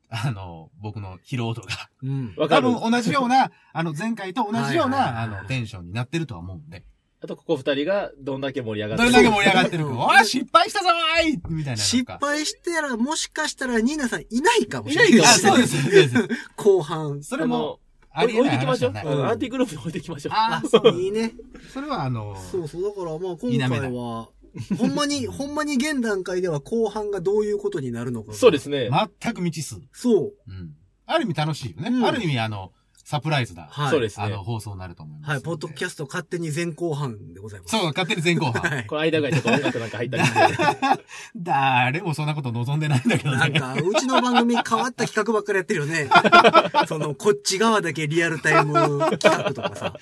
S3: あの、僕の疲労度が、
S2: うん。
S4: わか
S3: 多
S4: る。
S3: 分同じような、あの、前回と同じよう
S2: はいはい
S3: な、
S2: は
S3: あ
S2: いはい
S3: の、テンションになってるとは思うんで。
S4: あと、ここ二人がどんだけ盛り上が
S3: ど
S4: って
S3: れだ
S4: る
S3: け盛り上がってる
S2: う
S3: か、
S2: ん
S3: わあ、失敗したぞーいみたいなのか。
S2: 失敗してたら、もしかしたらニーナさんいないかもしれない。
S4: いない
S3: あ、
S4: かもしれな
S3: そうです、そうです。
S2: 後半。
S3: そ
S4: あ
S3: れも
S4: の、
S3: ありえ
S4: 置
S3: ない
S4: いてきま
S3: 話
S4: し
S3: じ
S4: ょ
S3: ゃ
S4: う。
S3: ない。
S4: うんアンティークループに置いてきましょう。
S3: あー、
S2: そう、いいね。
S3: それはあの、
S2: そうそう。だからまあ
S3: 否
S2: 今
S3: めな
S2: 回
S3: い
S2: は、ほんまに、 ほんまに現段階では後半がどういうことになるのか。
S4: そうですね。
S3: 全く未知数。
S2: そう。
S3: うん。ある意味楽しいよね。
S2: うん
S3: ある意味、あの、サプライズな、
S2: はい。
S4: そうです
S3: あ
S4: ね
S3: の、。放送になると思います。
S2: はい、ポッドキャ
S3: ス
S2: スト勝手に前後半でございます。
S3: そう、勝手に前後半。
S2: はい
S4: これ間がちょっと音楽なんか入ったりして。
S3: 誰もそんなこと望んでないんだけど
S2: なん
S3: ね。
S2: か、うちの番組変わった企画ばっかりやってるよ ね。その、こっち側だけリアルタイム企画とかさ。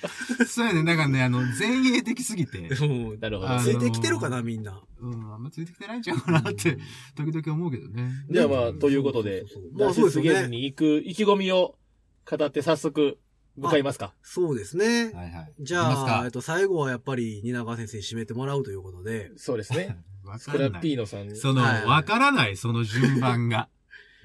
S3: そうやね。なんかね、あの、前衛的すぎて、
S2: うん
S4: なるほ
S3: あ
S4: ど
S3: の。
S2: ついてきてるかな、みんな。
S3: うん、あんまついてきてないんちゃうかなって、時々思うけどね。
S4: じゃあまあ、ということで、
S2: まあそうです
S4: 脱出ゲー
S2: よ
S4: ム
S2: ね。
S4: に行く意気込みを語って早速向かいますか。
S2: そうですね。
S3: はいはい。
S2: じ
S3: いき
S2: ゃあ、え
S3: ま
S2: っと、最後はやっぱり、蜷川先生に締めてもらうということで。
S4: そうです ね。
S3: す
S4: ス
S3: か。
S4: ク
S3: わか
S4: ラッ
S3: んな
S4: ピー
S3: い。
S4: ノさんに。
S3: その、
S2: はい
S3: わからない、その順番 が。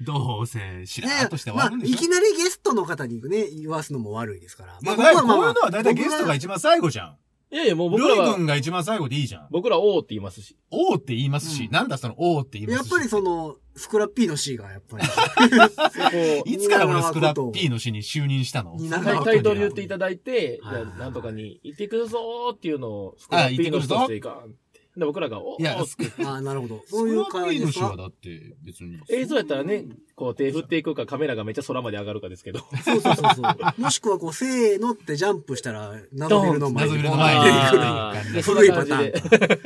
S3: どうせ、知らんとして終
S2: ま
S3: わ
S2: あ
S3: るん、で
S2: い
S3: し
S2: き
S3: ょ。
S2: なりゲストの方にね、言わすのも悪いですから。まあ、
S3: まあ、こういう
S2: まあまあ
S3: のは大体ゲストが一番最後じゃん。
S4: いやいや、もう
S3: ル
S4: 僕ら
S3: イ
S4: は、
S3: 君が一番最後でいいじゃん。
S4: 僕ら王って言いますし。
S3: 王って言います
S2: う
S3: し、
S2: ん
S3: なんだその王って言い
S2: や
S3: ます
S2: っ
S3: し。
S2: ぱりその、スクラッピーの C がやっぱり。
S4: そこを
S3: いつから俺スクラッピーの死に就任したの
S2: 蜷
S4: タ
S2: 川
S4: イ
S2: 君
S4: タイトル言っていただいて、
S2: はいはいはい
S4: じゃあなんとかに、行ってくるぞーっていうのを、スクラッピーノ氏としていかんって。で、僕らが、お
S3: いや
S4: ー、
S3: スク
S2: ああ、なる ほど。
S3: ス
S2: そうい
S3: クラ
S2: う感
S3: ッピ
S2: じ
S3: ー
S2: で
S3: の
S2: す
S3: 死
S2: か
S3: はだって別に。
S4: 映像やったらね、こう手振っていくか、カメラがめっちゃ空まで上がるかですけど。
S2: そうそう そうそう。もしくはこう、せーのってジャンプしたら、謎ビルの前
S3: 謎ビ
S2: に
S3: ル
S2: ボ
S3: の
S2: ンっ
S3: 前
S2: て
S3: に
S2: 出てくる
S3: あー
S4: で
S2: 古いパタ
S4: そんな感じで
S2: ーンか。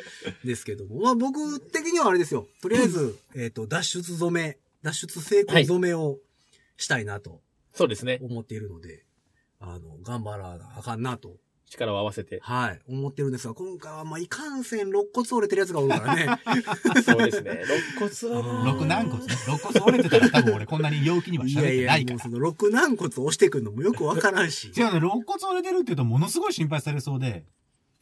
S2: ですけども。まあ僕的にはあれですよ。とりあえず、えっと、脱出染め、脱出成功染めをしたいなと
S4: そうですね。
S2: 思っているので、あの、頑張らなあかんなと、
S4: 力を合わせて。
S2: はい、思ってるんですが、今回はまあ、いかんせん肋骨折れてるやつが多いから ね。
S4: そうですね。 肋骨はな
S3: 六軟骨ね。肋骨折れてたら多分俺こんなに陽気にはい喋っ
S2: やい
S3: てな
S2: や
S3: い、か
S2: もう
S3: ら。
S2: その、肋軟骨押してくんのもよくわからんし。
S3: 違うね、肋骨折れてるって言うとものすごい心配されそうで、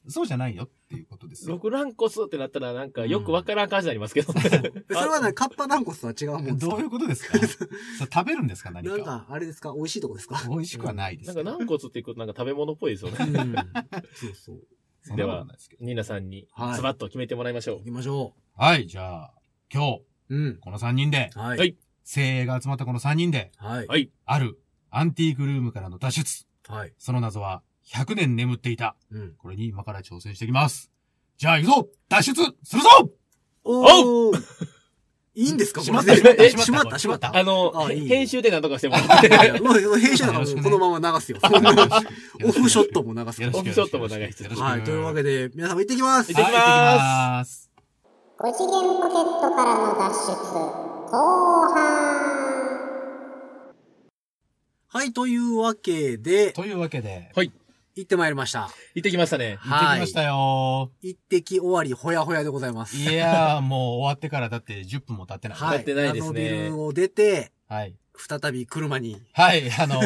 S3: そうじゃないよっていうことですよ。
S4: 六軟骨ってなったらなんかよくわからん感じになりますけどね。
S2: それはね、カッパ軟骨とは違うもんですか
S3: どういうことですかそう食べるんですか何
S2: なん
S3: か。
S2: か、あれですか美味しいとこですか
S3: 美味しくはないで
S4: な
S3: す
S4: ん
S3: け
S4: か
S3: ど。
S4: 軟骨っていくとなんか食べ物っぽいですよ ね。
S2: うんそうそう。
S3: そんなことないですけど。
S4: ニーナさんに
S2: はい
S4: ズバッと決めてもらいましょう。
S2: 行きましょ
S3: はい、じゃあ、今日、
S2: う。うん。
S3: この3人で、
S2: はい。
S4: はい
S3: 精鋭が集まったこの3人で、
S2: はい。
S4: はい
S3: あるアンティークルームからの脱出。
S2: はい。
S3: その謎は100年眠っていた。
S2: うん。
S3: これに今から挑戦していきます。じゃあ行くぞ脱出するぞ
S2: おーいいんですか
S3: しまっ
S2: これ
S3: た、しまった、
S4: え
S3: しまった、
S2: しまった
S4: あの、
S2: あいい
S4: へ編集でなんとかしてもら って。
S2: もう編集だか
S3: よ
S2: ら
S3: ろしくね
S2: このまま流すよ。
S3: よろし く
S2: オフショットも流す
S3: よろし
S2: か
S3: く
S4: オフショットも流しつつ
S3: よろし
S2: ら。
S3: く
S2: はい。というわけで、皆様行ってきます
S4: 行。ってきます
S3: はい
S1: 5
S3: 行ってきます。
S1: 次元ポケットからの脱出後半
S2: はい。というわけで、
S3: というわけで、
S4: はい。
S2: 行ってまいりました。
S4: 行ってきましたね。
S3: 行ってきましたよ
S2: 行ってき終わり、ほやほやでございます。
S3: いやー、もう終わってからだって10分も経ってない。
S2: は
S4: やってないです
S2: あ
S4: ね
S2: のビルを出て、
S3: はい。
S2: 再び車に、
S3: はい、あ の、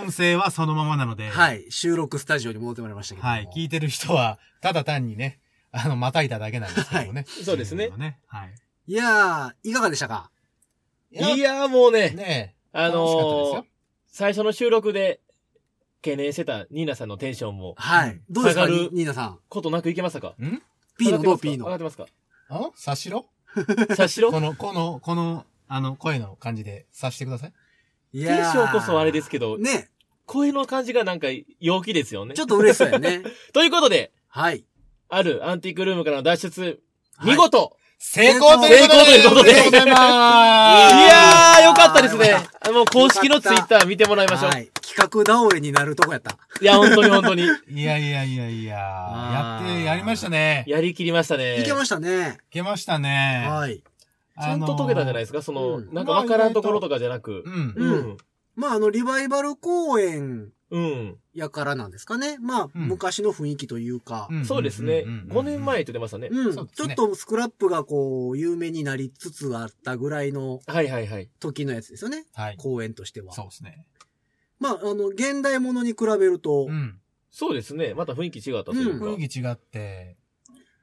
S3: 音声はそのままなので、。
S2: はいい。収録スタジオに戻ってまいりましたけども。
S3: はい、聞いてる人は、ただ単にね、あの、またいただけなんですけどね。
S4: そうですね
S3: っていのね。はい。
S2: いやー、いかがでしたか
S4: いやーもうね、
S3: ね
S4: あ
S3: 楽しかったです
S4: のー
S3: よ、
S4: 最初の収録で懸念してたニーナさんのテンションも、
S2: はい。どうですか、
S4: 下がる
S2: ニーナさん。
S4: ことなくいけましたか
S3: え。ん
S2: ピーノどうピー
S4: 上がっ
S2: ノ。
S4: てますか
S3: あ察しろ
S4: 察しろ
S3: この、この、この、あの、声の感じで察してください。
S2: い
S4: テンションこそあれですけど、
S2: ね。
S4: 声の感じがなんか陽気ですよね。
S2: ちょっと嬉しそうや ね。
S4: ということで、
S2: はい。
S4: あるアンティークルームからの脱出、
S2: はい
S4: 見事、
S3: 成功ということで
S4: 成功ということで
S3: ありがとうございます
S4: い、
S2: い
S4: や
S2: やー
S4: ー、よかったですね。あの、公式の
S2: よか
S4: ツ
S2: っ
S4: イ
S2: た
S4: ッター見てもらいましょう。、
S2: はいい。企画倒れになるとこやった。
S4: や、本当に 本当に。
S3: いやいやいやいや、や
S2: あー
S3: って、やりましたね。い
S4: やりきりましたね。
S2: いけましたね。
S3: けましたね。
S2: はい。
S3: ち
S4: ちゃんと解けたんじゃないですかその、
S2: うん
S4: なんかわからんところとかじゃなく
S3: う。ん。
S2: うん
S4: うん。
S2: まあ、あの、リバイバル公演
S4: うん。
S2: やからなんですかね。まあ、
S3: うん
S2: 昔の雰囲気というか。
S3: ん
S4: そうですね。
S3: んんんん
S4: 5年前って出ましたね。
S2: うん。
S3: そうで
S2: ちょ
S3: す
S2: っ
S3: ね
S2: とスクラップがこう、有名になりつつあったぐらいの
S4: はいはいはい。
S2: 時のやつですよね。
S3: はい。
S2: 公演としては
S3: そ。うですね。
S2: まあ、あの、現代ものに比べると
S3: う、ん。
S4: そうですね。また雰囲気違ったというか。
S3: 雰囲気違って、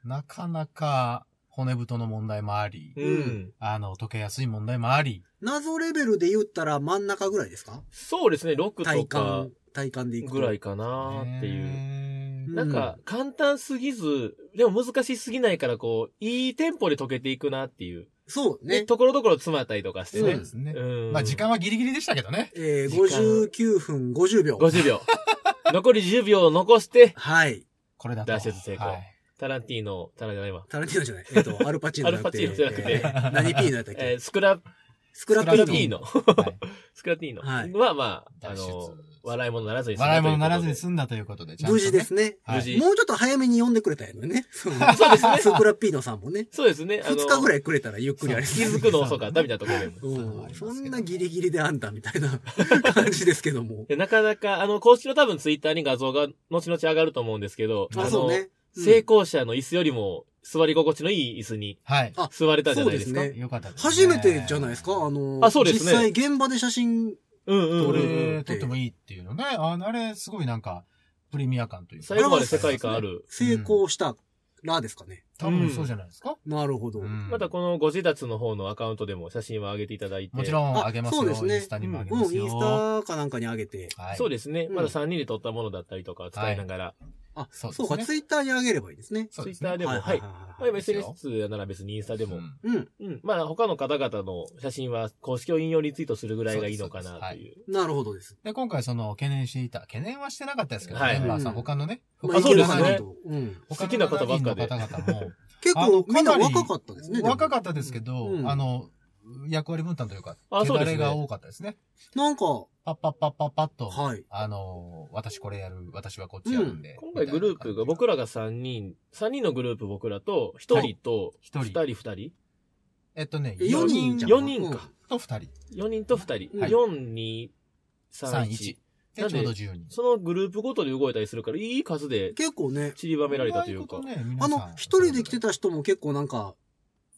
S3: なかなか骨太の問題もあり、
S4: うん。
S3: あの、溶けやすい問題もあり、
S2: 謎レベルで言ったら真ん中ぐらいですか
S4: そうですね。6と
S2: 体
S4: か
S2: 感、体感でいくと。
S4: ぐらいかなーっていう。
S3: ね
S2: うん
S4: なんか、簡単すぎず、でも難しすぎないから、こう、いいテンポで解けていくなっていう。
S2: そう
S4: ね。
S2: ね。
S4: ところどころ詰まったりとかし
S3: え
S4: て
S3: そう
S4: ね
S3: で。すね。
S4: うん。
S3: まあ、時間はギリギリでしたけどね。
S2: えー、
S4: 時間
S2: 59分50秒。
S4: 50秒。残り10秒を残して、
S2: はい。
S3: これだと。
S4: 脱出成功
S3: はい
S4: タランティーノ、タランティーノじゃないわ。
S2: タランティーノじゃない。えっ、と、アルパチーノじゃなくて。
S4: アルパチーノじゃなくて
S2: えー何ピーノやったっけ、
S4: えースクラッ
S2: スクラ
S4: ス
S2: ッ
S4: ク
S2: ピ
S4: ラ
S2: ー
S4: テ
S2: の。
S4: ィーノ。
S3: はい
S4: スクラティーノ
S2: はい
S4: は、まあ、あ
S3: 脱
S4: の
S3: 出、
S4: 笑い物ならずに済んだ
S3: 笑い物ならずに
S4: という
S3: 済んだということで、ちゃんと
S2: 無
S3: ね
S2: 事ですね。
S3: はい
S4: 無事
S2: もうちょっと早めに呼んでくれたやろね。そう
S4: そうですね
S2: スクラッピーノさんもね
S4: こ。とで。そうですね。あの
S2: 2日ぐらいくれたらゆっくりあれです
S4: 気
S2: ね
S4: づくの遅かったみたいなところでも。
S2: うんそんなギリギリであんたみたいな 感じですけども。
S4: でなかなか、あの、公式の多分ツイッターに画像が後々上がると思うんですけど、
S2: あ、
S4: の
S2: そうね。うん
S4: 成功者の椅子よりも座り心地のいい椅子に
S3: はい。
S2: あ
S4: 座れたじゃないですか。
S2: そうですね
S3: よかったです
S2: 初
S3: ね
S2: めてじゃないですかあの、
S4: あそうですね
S2: 実際現場で写真、
S4: うんうん
S3: こ
S4: うんうん。
S3: れ、撮ってもいいっていうのね。ああれ、すごいなんか、プレミア感というか。
S4: 最後まで世界観ある。
S2: 成功したらですかね。
S3: 多分そうじゃないですか。
S2: なるほど。
S3: うん
S4: またこのご自立の方のアカウントでも写真は上げていただいて。
S3: もちろん、
S2: あ
S3: あげますよ。
S2: そうですね
S3: インスタにもあげ
S2: うん、イ
S3: ま
S2: ン
S3: すよ。
S2: スタかなんかに上げて。
S3: はい。
S4: そうですね。
S2: うん
S4: まだ3人で撮ったものだったりとか使いながら、
S2: あ、
S3: そ
S2: そうう,、
S3: で
S2: か、
S3: すね
S2: ツイッターに上げればいいですね。
S3: そう
S4: ツイ
S3: で
S4: ッ
S3: すね
S4: ターでも、はい。
S2: は
S4: まあ、今
S3: ですよ
S4: SNS なら別にインスタでも。
S3: うん
S2: うん。
S4: うん。まあ、他の方々の写真は公式を引用リツイートするぐらいがいいのかなという。
S2: なるほどです。
S3: で、今回その、懸念していた、懸念はしてなかったですけど、
S4: は
S3: メ
S4: い
S3: ンバーさん、他のね、
S2: まあ、
S4: あそうですね
S2: いけるかなとうん。
S3: 他の
S4: 好きな方ばっかで
S3: 7人の方々も、
S2: 結
S3: あの
S2: 構、みんな
S3: かなり
S2: 若かったですね。
S3: 若か
S2: っ
S3: ったですけど、
S2: うん
S3: あの、役割分担というか、
S4: あ
S3: 手
S4: そう
S3: だ
S4: です
S3: れ
S4: ね
S3: が多かったですね。
S2: た。なんか、は
S3: パッパッパッパッパッと、
S2: い。
S3: あの、私これやる、私はこっちやるんで。
S4: 今回グループが、僕
S3: ら、
S4: らが3人、3人のグループ僕らと、1人と、
S3: 一
S4: 2
S3: 人
S4: 人2
S3: えっとね、
S2: 4人じゃん。
S4: 四人か
S3: と2人、
S4: 人 ?4 人と2人。
S2: はい
S4: 4、2、
S3: 3、
S4: 3、
S3: 1。。
S4: 1な
S3: で、
S4: ん
S3: ち
S4: で
S3: ょうど10人。
S4: そのグループごとで動いたりするから、いい数で
S2: うん。結構ね、
S4: 散りばめられたというか。
S3: 意外とね
S2: あ
S3: 皆さん
S2: の、一人で来てた人も結構なんか、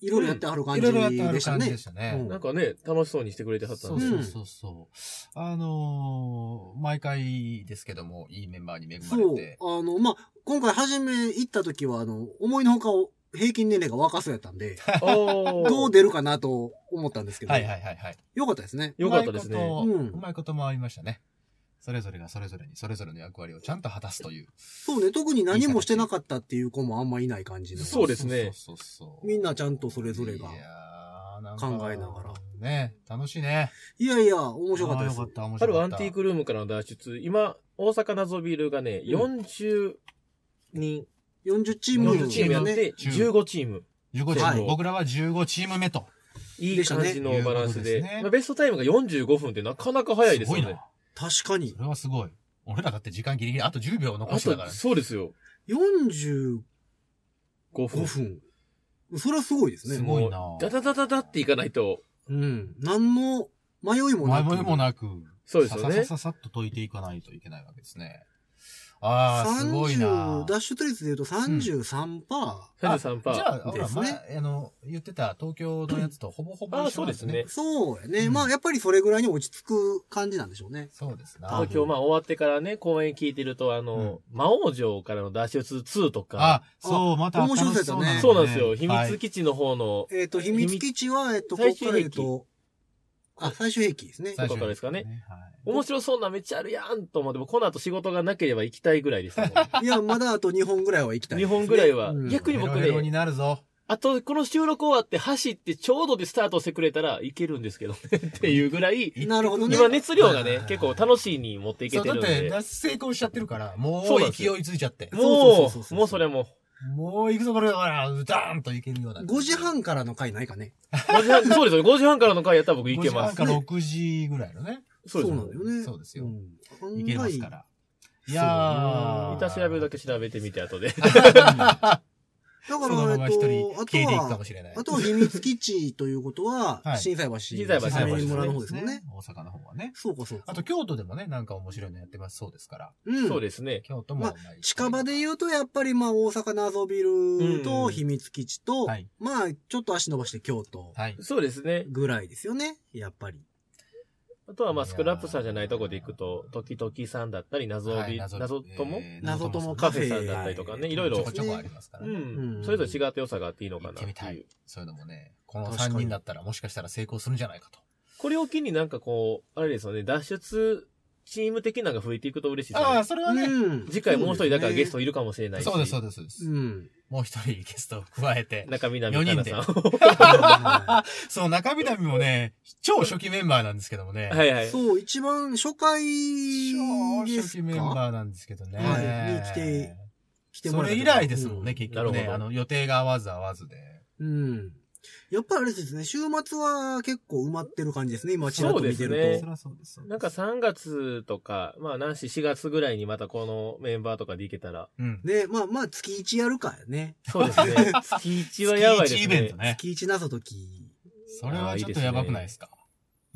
S2: いろいろやってはる感
S3: い
S2: じ
S3: ろ
S2: で
S3: いろやってある
S2: した
S3: 感じ
S2: ね
S3: でし。たね。
S4: なんかね、楽しそうにしてくれてはった
S3: そ
S4: ん
S3: う
S4: で。
S3: そうそうそう。あのー、毎回ですけども、いいメンバーに恵ま
S2: そ
S3: れ
S2: う
S3: て。。
S2: あの、まあ、今回初め行った時は、あの、思いのほかを平均年齢が若そうやったんで、
S4: おー
S2: どう出るかなと思ったんですけど、
S3: はいはいはいはい。
S2: よかったですね。
S4: よかったですね。
S3: うまいこと
S2: うん
S3: うまいこと回りましたね。それぞれがそれぞれに、それぞれの役割をちゃんと果たすという。
S2: そうね、特に何もしてなかったっていう子もあんまいない感じの。
S4: そうですね
S3: そうそうそう
S2: みんなちゃんとそれぞれが
S3: いやーなんか
S2: 考えながら。
S3: ね楽しいね。
S2: いやいや、面白かったです。
S3: あーよかった、面
S4: あ
S3: 白
S4: る
S3: か
S4: ア
S3: っ
S4: ン
S3: た。
S4: ティークルームからの脱出、今、大阪謎ビルがね、
S2: うん
S4: 40人、
S2: 40チーム
S4: 40チームやっ
S2: ね。
S4: て、
S3: 15
S4: 15チーム。
S3: 15チ
S4: は
S3: ー
S4: い
S3: ム。僕らは15チーム目と。
S4: いい感じのバランス
S3: い
S4: で。
S3: うことですね
S4: まあ、ベストタイムが45分ってなかなか早いですよ
S3: ごい
S4: ね
S3: な。。
S2: 確かに
S3: そ。れはすごい。俺らだって時間ギリギリ、あと10秒残
S4: あ
S3: してたから
S4: と、
S3: ね。
S4: そうですよ。
S2: 45
S4: 5分。
S2: 分。それはすごいです
S3: す
S2: ね。
S3: ごいな
S4: もうダダダダダっていかないと、
S2: うん。何の迷いもな
S3: 前
S2: く。
S3: ももなく、
S4: そうですよね
S3: ささささっと解いていかないといけないわけですね。ああ、すごいな
S2: 30ダッシュト率で言うと33%。
S4: 33%。
S3: じゃあ、ほら、
S2: ですね
S3: 前、あの、言ってた東京のやつとほぼほぼ一緒
S4: あそうですね。。
S2: そうやね。
S3: うん
S2: まあ、やっぱりそれぐらいに落ち着く感じなんでしょうね。
S3: そうですな。
S4: 東京、まあ終わってからね、公演聞いてると、あの、魔王城からの脱出2とか、
S3: あ、そう、また
S2: 面白そうやったね
S3: 楽し
S4: そうなんですよ。
S3: ね
S4: 秘
S3: はい
S4: 密基地の方の、
S2: えっ、と、秘密基地は、えっ、と、こ
S4: 最
S2: こ
S4: 終
S2: から
S4: 兵器
S2: 言うと、あ、最終兵器ですね。
S3: 最初
S4: とかですかね
S3: はい
S4: 面白そうなめっちゃあるやんと思っても、この後仕事がなければ行きたいぐらいです、ね。
S2: いや、まだあと2本ぐらいは行きたい
S4: 2
S2: ですね、
S4: 本ぐらいは。
S2: うん
S4: 逆に僕
S3: ヘロヘロに
S4: ね、
S3: なるぞ。
S4: あとこの収録終わって走ってちょうどでスタートしてくれたらいけるんですけどねっていうぐらい、
S2: なるほどね。
S4: 今熱量が
S3: はいはい
S4: ね
S3: は、い
S4: 結構楽しいに持っていけ
S3: そう、
S4: て
S3: だ
S4: る
S3: っ
S4: ん
S3: て、
S4: で。
S3: だ成功しちゃってるから、も
S4: そう
S3: う
S4: なんです
S3: 勢
S4: よ
S3: いついちゃって。
S2: そう
S4: も
S2: そうそうそう
S4: う、
S2: そう
S4: もうそれも。
S3: もう行くぞ、これだから、うだーんといけるような。
S2: 5時半からの回ないかね。
S4: 5時半、そうですよ。5時半からの回やったら僕行けま
S3: 5時半
S4: す
S3: か。6時ぐらいのね。
S4: そうです
S2: なのよね。
S3: そうですよ
S2: ん
S3: いけますか。
S2: 案
S3: ら。
S2: そう
S3: いやー。
S4: いた調べるだけ調べてみて、後で。
S2: 外だ
S3: そ
S2: か
S3: のま
S2: ら、
S3: ま
S2: えっ
S3: 一
S2: と、
S3: 人、
S2: あと
S3: 消えていくか
S2: は
S3: も、しれない。、
S2: あとは秘密基地ということは
S3: はい
S2: 心斎橋。
S4: 心斎橋
S2: 亀井村
S4: 心斎
S2: の
S4: 橋
S2: 方ですもんね。。
S3: 大阪の方はね。
S2: そうか、そうか。
S3: あと、京都でもね、なんか面白いのやってますそうですから。
S2: うん
S4: そうですね。
S3: 京都も。
S2: まあ近場で言うと、やっぱりまあ大阪謎ビル
S4: う
S2: と
S4: ん
S2: 秘密基地と、
S3: はい
S2: まあちょっと足伸ばして京都
S3: はい。
S4: そうですね。
S2: ぐらいですよね、やっぱり。
S4: あとはまあ、スクラップさんじゃないとこで行くと、時々さんだったり、謎
S3: は
S4: び、
S3: い
S4: 謎とも、
S3: えー
S2: 謎友
S3: さ
S2: カ
S3: ん
S2: フェ
S4: カフェさんだったりとかねいろいろ
S3: ちょこちょこありますから
S4: う
S3: ね。
S2: うんん。
S4: それぞれ違った良さがあっていいの
S3: 行
S4: か
S3: っ
S4: な
S3: てみ
S4: って
S3: た
S4: いう
S3: い。。そういうのもね、この
S2: 確かに
S3: 3人だったらもしかしたら成功するんじゃないかと。
S4: これを機になんかこう、あれですよね、脱出チーム的なのが増えていくと嬉しいですね
S3: ああ、それはね、
S2: うん
S4: 次回もう一人だからゲストいるかもしれないし。
S3: そうです、そうですそうです。
S2: うん。
S3: もう一人ゲストを加えて。
S4: 中南かなさん。
S2: は
S3: そう、中南もね、超初期メンバーなんですけどもね。
S4: はいはい い。
S2: そう、一番初回
S3: 超
S2: で
S3: 初
S2: す
S3: 期メン
S2: か
S3: バーなんですけどね。
S2: はいに来て来て
S3: そ
S2: もらえた
S3: れ以来ですもんね、
S2: うん
S3: 結局
S4: なる
S3: ね。
S4: ほど
S3: あの、予定が合わず合わずで。
S2: うん。やっぱりあれですね、週末は結構埋まってる感じですね、今ちらっと見て
S4: そう
S2: る
S4: です
S3: そ
S2: と。
S4: ね
S3: りゃそうです。
S4: なんか3月とか、まあ、なんし4月ぐらいにまたこのメンバーとかでいけたら。
S3: うん。
S2: ね、まあまあ月1やるかよね。
S4: そうですね。月1はやばいですね。
S3: 月一イベントね。
S2: 月1謎解き。
S3: それはちょっとやばくないですか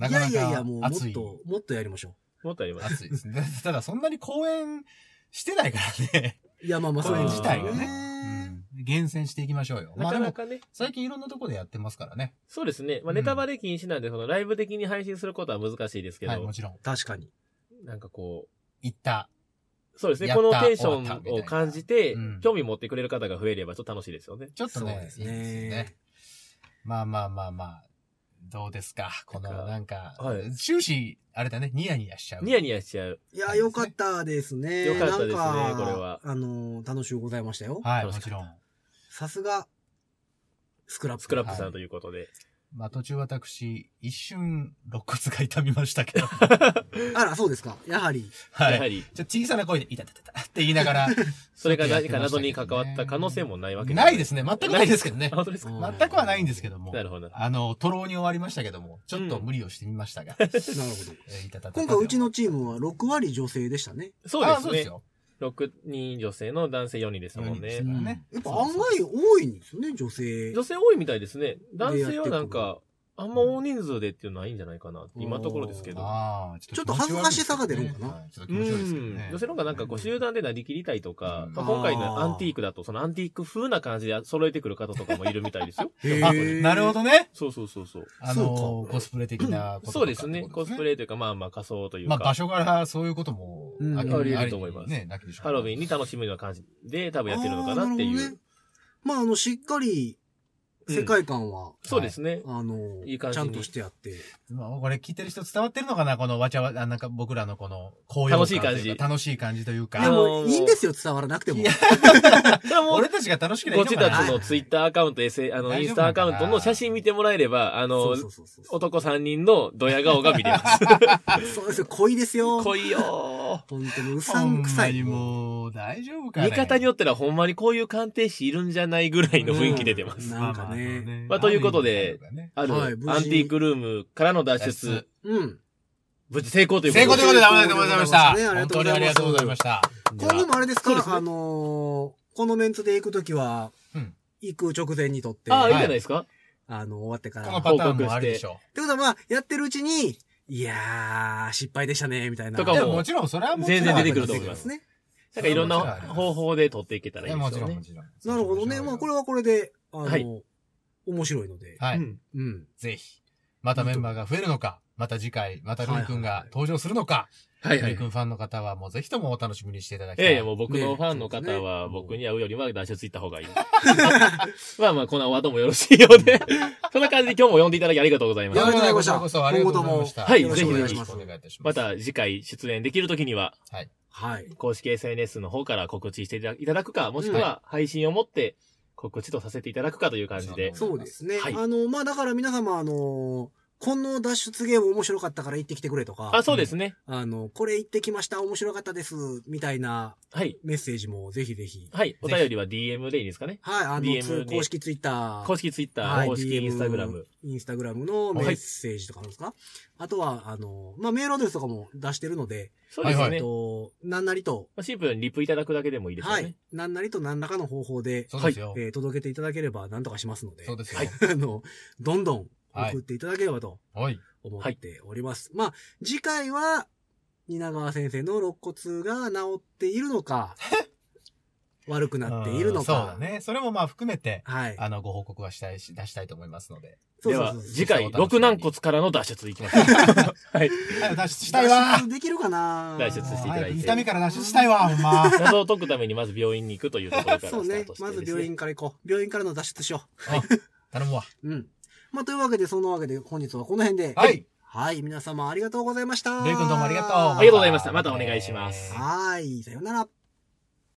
S2: いやいやいや、もうもっ
S3: 熱い。
S2: と、もっとやりましょ
S4: もっとあります。
S3: 熱いですね。 ただそんなに公演してないからね。
S2: う。いや、まあまあ、そ
S3: 公
S2: う
S3: 演
S2: です
S3: 自体が
S4: そう
S3: ね。うん厳選していきましょうよ。まあ
S4: なか
S3: で
S4: な
S3: も、
S4: かね。
S3: 最近いろんなとこでやってますからね。
S4: そうですね。まあ、
S3: うん
S4: ネタバレ禁止なんで、そのライブ的に配信することは難しいですけど、
S3: はい、もちろん。
S2: 確かに。
S4: なんかこ
S3: 行った。
S4: う、そうですね。
S3: やっ
S4: こ
S3: た
S4: のテンシ
S3: 終わったみ
S4: ョ
S3: たい
S4: ンを
S3: な
S4: 感じて、
S3: うん
S4: 興味持ってくれる方が増えればちょっと楽しいですよね。
S3: ちょっとね、
S2: そうですね
S3: いいですよね。まあまあまあまあ、どうですかこの、なんか、
S4: はい
S3: 終始、あれだね、ニヤニヤしちゃう。
S4: ニヤニヤしちゃう。
S2: いや、よかったですね。
S4: よかったですね
S2: なん
S4: これは
S2: あのー、楽しゅうございましたよ。
S3: はい、も
S4: 楽し
S3: ち
S4: かった
S3: ろん。
S2: さすが、スクラップ。
S4: スクラップさんということで。
S3: まあ途中私、一瞬、肋骨が痛みました けど。
S2: あら、そうですか。やはり。
S3: は。
S4: やはいり、
S3: ちょっと小さな声で、いたたたたって言いながら。
S4: それが何か謎に関わった可能性もないわけ。
S3: ないですすね。全くないですけどね
S4: あ。本当ですか
S2: うん
S3: 全くはないんですけども。
S4: なるほど。なるほ
S3: あの、トロに終わりましたけども、ちょっと無理をしてみましたが。え
S2: なるほど。
S3: ーいたたたた
S2: 今回、うちのチームは6割女性でしたね。
S4: どそうで
S3: あ
S4: す
S3: そうです
S4: ね。
S3: よ。
S4: 6人女性の男性4人ですもん
S3: う
S4: ね
S3: ん。ね
S2: やっぱ案外多いんですよね、女性。
S4: 女性多いみたいですね。男性はなんか、あんま大人数でっていうのはいいんじゃないかな。今のところですけど。
S3: ああ、ち
S2: ちょっと恥ずかしさが出るのかな
S3: はいちょっと
S4: う
S3: 気持ち悪いですけど
S4: ん
S3: ね。
S4: 女性の方がなんかこう集団でなりきりたいとか、
S3: うん
S4: まあ、今回の
S2: あー。
S4: アンティークだと、そのアンティーク風な感じで揃えてくる方とかもいるみたいですよ
S2: へ
S3: あ
S2: ー
S3: なるほどね。
S4: そうそうそうそう。
S3: あ
S2: そ
S3: の
S2: う
S3: ー、コスプレ的なこととか
S4: そうですね。コスプ
S3: レ。
S4: レというか、まあまあ仮装という
S3: ま
S4: か、
S3: あ場所からそういうことも、
S2: うん
S3: あ
S2: あり
S4: 得ると思います
S3: ね、なきでしょう
S4: ハロウィンに楽しむような感じで多分やってるのかなってい
S2: あーなる
S4: う。
S2: ほどねまあ、あの、しっかり、世界観は、
S4: そうですね。
S2: あの、
S4: いい感
S2: ち
S4: じ
S2: ゃ
S4: に
S2: んとしてやって。
S3: まあ、これ聞いてる人伝わってるのかなこのわちゃわ、あなんか僕らのこの、高揚感というか
S4: 楽しい感じ
S3: 楽しい感じという
S2: で
S4: あ
S3: か。
S4: の
S2: も、
S4: ー
S2: いいんですよ、伝わらなくても。
S3: いや
S4: それはもう
S3: 俺たちが楽しければい
S4: ご
S3: いの
S4: ち
S3: か
S4: た
S3: な
S4: ちのツイッターアカウント、S、あの、
S3: 大
S4: イン
S3: 丈夫
S4: スタアカウントの写真見てもらえれば、あ
S2: そ
S4: の
S2: う、そうそうそう。
S4: 男3人のドヤ顔が見れます。
S2: そうですよ、恋ですよ。
S4: 濃いよ
S2: 本当に、うさ
S3: ほん
S2: んくさ
S3: ま
S2: い。
S3: にもう、大丈夫か
S4: ー。
S3: ね
S4: 見方によったらほんまにこういう鑑定士いるんじゃないぐらいの雰囲気出てます。
S2: うんなんかね
S4: まあということで、
S3: まあまあね
S4: ある、
S2: はい
S4: アンテ
S2: 無事
S4: ィークルームからの脱出、
S2: うん。
S4: 無事成功というこ
S3: 成
S4: と
S3: 功とい
S4: で。
S3: うことで、ありがとうございまし
S2: ね
S3: た。
S2: ありが
S3: 本
S2: とうござ
S3: 当
S2: います
S3: にありがとうございました。
S4: では
S2: 今後もあれです
S4: そう
S2: か
S4: ですね
S2: あのーこのメンツで行くときは、
S3: うん
S2: 行く直前にとって、
S4: ああ、いい
S3: は
S4: んじ
S3: い
S4: ゃないですか、
S2: あの、終わってから。
S3: こ
S2: っ
S3: の
S2: て
S3: パターンもあるでしょ
S2: ことは、まあ、やってるうちに、いやー、失敗でしたね、みたいな。
S4: と
S3: う。
S4: か
S3: い
S4: 報
S3: や、
S4: 告
S3: もちろん、それはもちろん。
S4: 全然出てくると思います
S2: ね。
S4: なんかいろんな
S3: それはもちろんあります
S4: 方法で取っていけたら
S3: い
S4: いい
S3: や、
S4: で
S3: も
S4: す
S3: ちろ
S4: よ
S3: ん、
S4: ね
S3: も。ちろん。
S2: なるほどね。まあ、これはこれで、あの、
S4: はい
S2: 面白いので。
S3: は
S4: う
S3: い。
S4: ん
S2: うん。
S3: ぜひ。またメンバーが増えるのか、また次回、またルイ君が登場するのか、
S4: はいは
S3: ルイ
S4: い。
S3: 君ファンの方はもうぜひともお楽しみにしていただきたい。
S4: ええ、もう僕のファン
S2: ね
S4: の方は、
S2: そうですね
S4: 僕に会うよりは脱出行った方がいい。 まあまあ、この後もよろしいようで。 そんな感じで今日も呼んでいただきありがとうございま
S3: いや
S4: す。
S3: こちらこそこちらこそありがとうございました。
S4: 今後ともはい
S3: よろしくお願
S4: ぜひ
S2: ぜひ
S3: お願いいたしま。
S4: ますた次回出演できるときには、
S2: はい。
S4: 公式 SNS の方から告知していただくか、もしくは配信をもって告知とさせていただくかという感じで。
S2: そうですね。
S4: はい
S2: あの、まあ、だから皆様、あの、この脱出ゲーム面白かったから行ってきてくれとか、
S4: あ、そうですね。
S2: あの、これ行ってきました、面白かったです、みたいな
S4: はい。
S2: メッセージもぜひぜひ。
S4: はい。お便りは DM でいいですかね。
S2: はい、あ
S4: DM
S2: の、通
S4: に
S2: 公式ツイッター。
S4: 公式 Twitter、
S2: はい
S4: 公式
S2: DM
S4: Instagram。
S2: インスタグラムのメッセージとかなんですか、あとは、あの、まあ、メールアドレスとかも出してるので、
S4: そうです
S3: は
S4: ね。
S3: い
S2: えっと、なんなりと、
S4: まあシンプルにリプいただくだけでもいいですよ
S2: は
S4: ね。
S2: い、なんなりと何らかの方法で、
S3: そうですよ。
S2: えー届けていただければ何とかしますので、
S3: そうです よ。
S2: あの、どんどん送っていただければと
S3: はい。
S2: 思っております。まあ、次回は、蜷川先生の肋骨が治っているのか、悪くなっているのか。
S3: うんそうだね。それもまあ含めて、
S2: はい。
S3: あの、ご報告はしたいし、出したいと思いますので。
S2: そう
S4: で
S2: そう
S4: は
S2: そう、
S4: 次回、
S3: そうそうそう
S4: 六軟骨からの脱出いきましょう。 はい。
S3: はい脱出したいわ
S2: 脱出できるかな
S4: 脱出していただいて
S3: もう早く痛みから脱出したいわ、ほんま。
S4: 謎を解くためにまず病院に行くというところからスタ
S2: そうね
S4: ートし。て、
S2: まず病。院から行こう。病院からの脱出しよ
S3: 頼むわ。
S2: う。うん。まあ、というわけで、そのわけで本日はこの辺で。
S3: はい。
S2: はい、皆様ありがとうございました。
S3: レイ君どうもありがとう。
S4: ありがとうございましたまたお願いします
S2: はい、さようなら。